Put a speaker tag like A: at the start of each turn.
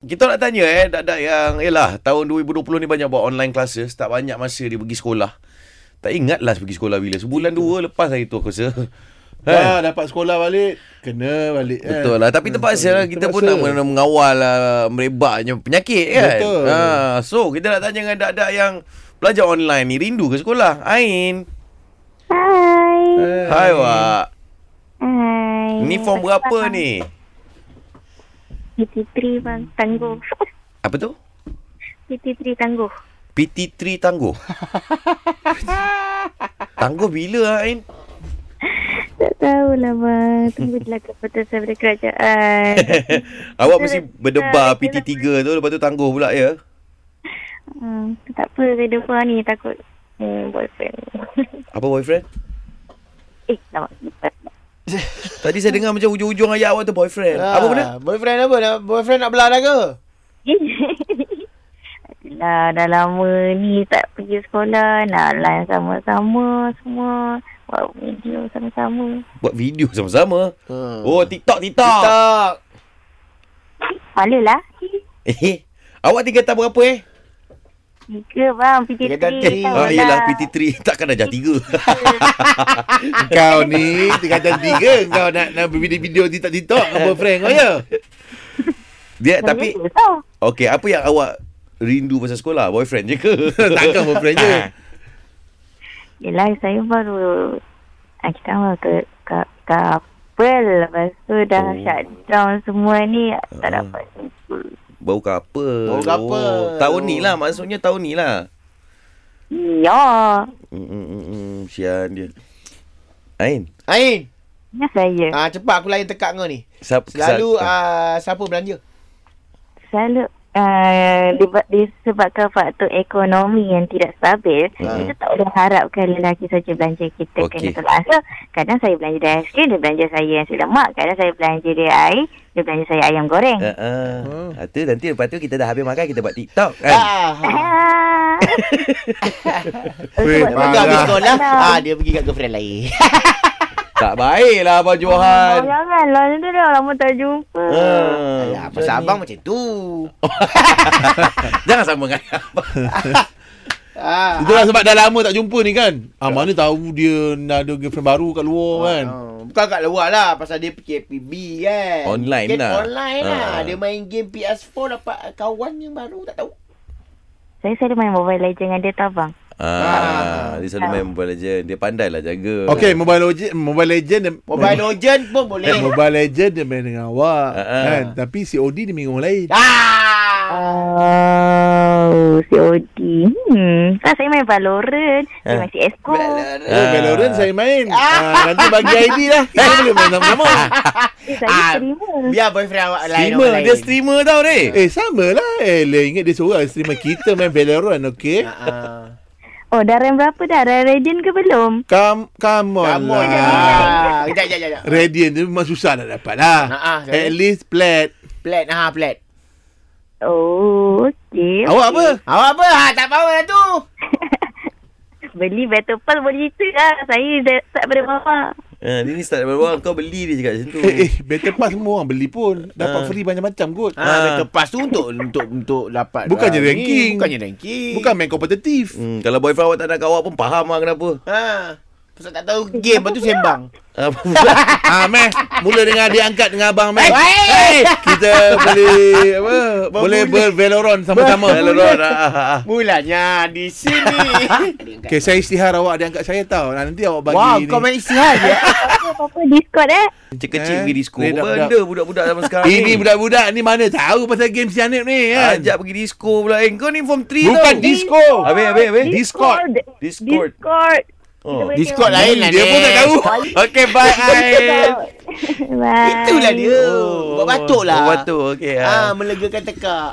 A: Kita nak tanya eh Dadak yang Yelah Tahun 2020 ni banyak buat online classes Tak banyak masa dia pergi sekolah Tak ingat lah pergi sekolah bila Sebulan dua lepas hari tu aku rasa Eh,
B: Dah dapat sekolah balik, kena balik. kan?
A: Kan? Betul lah Tapi terpaksa lah Kita pun nak
B: Terpaksa.
A: men- mengawal lah Merebaknya penyakit kan
B: Betul.
A: ha, So kita nak tanya dengan Dadak yang Belajar online ni Rindu ke sekolah Ain
C: Hai.
A: Hai Wak
C: Hai.
A: Eh. Ni form berapa ni
C: PT3 bang tangguh.
A: Apa tu
C: PT3 tangguh.
A: PT3 tangguh Tangguh bila Ain
C: Tak tahulah bang. Tunggu lah keputusan dari kerajaan.
A: Awak mesti berdebar PT3 tu Lepas tu tangguh pula ya
C: hmm, tak apa saya depan ni takut hmm, boyfriend.
A: Apa boyfriend?
C: eh, lama.
A: Tadi saya dengar macam hujung-hujung ayat awak tu boyfriend
B: Ah,
A: Apa benda?
B: Boyfriend apa? Nak, boyfriend nak belah dah ke?
C: Adalah Eh. dah lama ni tak pergi sekolah Nak line sama-sama semua Buat video sama-sama
A: Buat video sama-sama
B: Hmm.
A: Oh TikTok TikTok, TikTok.
B: Tak.
C: Malu lah
A: Eh Awak tiga tahun berapa eh?
C: Tiga bang PT3
B: Tiga dan tiga.
C: tahu
A: Ah,
C: lah.
A: yelah PT3 Takkan dah jadi tiga
B: Kau ni tiga jam tiga kau nak nak video-video TikTok-TikTok dengan boyfriend kau ya.
A: Dia
C: Dah
A: tapi
C: lulus tau.
A: Okay apa yang awak Rindu pasal sekolah Boyfriend je ke? Ah.
B: Takkan boyfriend je.
C: Yelah saya baru ah, Kita baru ke, ke, couple Lepas tu dah
A: Oh.
C: oh. shutdown semua ni Tak
A: Ah.
C: dapat jumpa
A: Baru couple
B: Baru couple.
A: Tahun ni lah Maksudnya tahun ni lah
C: Ya
A: Mm, mm, mm, mm. Sian dia Ain
B: Ain,
C: Ya saya
B: ah cepat aku lain tekak kau ni.
A: siapa-
B: Selalu
A: siapa-
B: ah siapa belanja?
C: Selalu Uh, dibab- disebabkan faktor ekonomi yang tidak stabil
A: Ah.
C: kita tak boleh harapkan lelaki saja belanja kita
A: Okey.
C: okay. kena tolak so, kadang saya belanja dia aiskrim dia belanja saya nasi lemak kadang saya belanja dia air dia belanja saya ayam goreng
A: Ha ah. Ha tu nanti lepas tu kita dah habis makan kita buat TikTok kan.
B: Ah.
C: Ah.
B: Lepas tu habis
A: Marah.
B: sekolah, ah dia pergi kat girlfriend lain.
A: tak baiklah abang
C: Johan.
A: Johan.
C: Oh, Janganlah, nanti dah lama tak jumpa.
A: Ha.
B: Alah, pasal abang macam tu.
A: Jangan sama dengan abang.
B: Ah.
D: Itulah sebab dah lama tak jumpa ni kan. Ah mana tahu dia nak ada girlfriend baru kat luar kan.
B: Ah, Bukan kat luar lah Pasal dia PKPB kan
A: Online
B: Game
A: lah.
B: online lah
A: Ah.
B: Dia main game PS4 Dapat kawan yang baru Tak tahu
C: Saya selalu main Mobile Legends dengan dia tau, bang.
A: Ah, dia selalu main Mobile Legend. Dia pandailah jaga.
D: Okay, Mobile Legend, Mobile Legend, dia- eh,
B: Mobile Legend pun boleh
D: Mobile Legend dia main dengan awak
A: Ah, ah.
D: kan. Tapi COD dia main dengan orang lain.
B: Ya. Ah.
C: Oh, COD. Hmm. Ah, saya main Valorant. Saya main CSGO.
B: Valorant.
D: Oh, Valorant saya main. Ah, nanti bagi ID lah. Kita boleh main sama-sama.
C: Eh, saya
B: Ah.
C: streamer.
B: Biar boyfriend awak lain
A: Streamer, dia streamer tau ni.
D: Eh, sama lah. Eh, le, ingat dia seorang streamer. Kita main Valorant, okay?
B: ah.
C: Oh, dah rank berapa dah? Rank Radiant ke belum?
D: Come, come on
B: Come on
D: lah.
B: lah Kejap kejap kejap
D: Radiant tu memang susah nak dapat lah.
B: Ah, ah, saya-
D: At least plat.
B: Plat ha plat
C: Oh, okey.
D: Awak apa?
B: Awak apa ha, Tak power lah tu
C: Beli Battle Pass boleh cerita lah. Saya dah start pada mama.
A: Ha, dia ni start dari bawah kau beli dia cakap macam
B: Hmm.
A: tu.
D: Eh, eh, Battle Pass semua orang beli pun. Dapat
A: Ah.
D: free macam-macam kot.
B: ha, ah. Battle pass tu untuk Untuk untuk dapat
D: Bukannya
B: ah, ni.
D: ranking.
B: Bukannya ranking
D: Bukan main kompetitif.
A: Hmm, kalau boyfriend awak tak nak kat awak pun faham lah kenapa.
B: ha. Pasal tak tahu game Lepas tu sembang
A: Apa pula?
D: Ah, meh, mula dengan adik angkat dengan abang meh.
B: Hey.
D: Kita boleh apa? Boleh berveloron sama-sama.
A: Valoran, ah, ah, ah.
B: Mulanya di sini.
D: Okay, saya istihar awak adik angkat saya tau. Nanti awak bagi
B: wow,
D: ni.
B: kau main istihar je.
C: Apa-apa Discord eh?
A: Kecil-kecil
D: Eh,
A: pergi disco.
D: ni budak-budak.
A: Benda budak-budak zaman sekarang
D: Ini budak-budak ni mana tahu pasal game Sianip ni kan.
A: Ajak pergi disco pula. Eh, kau ni form 3 tau.
D: Bukan disco.
A: Habis, habis, habis.
C: Discord.
A: Discord.
C: Discord.
A: Oh.
B: Discord lain lah
D: Dia pun tak tahu.
A: Okay, bye. Ain.
C: Bye.
B: Itulah dia. Buat batuk lah.
A: Buat batuk, okey.
B: Ah,
A: Ah.
B: melegakan tekak.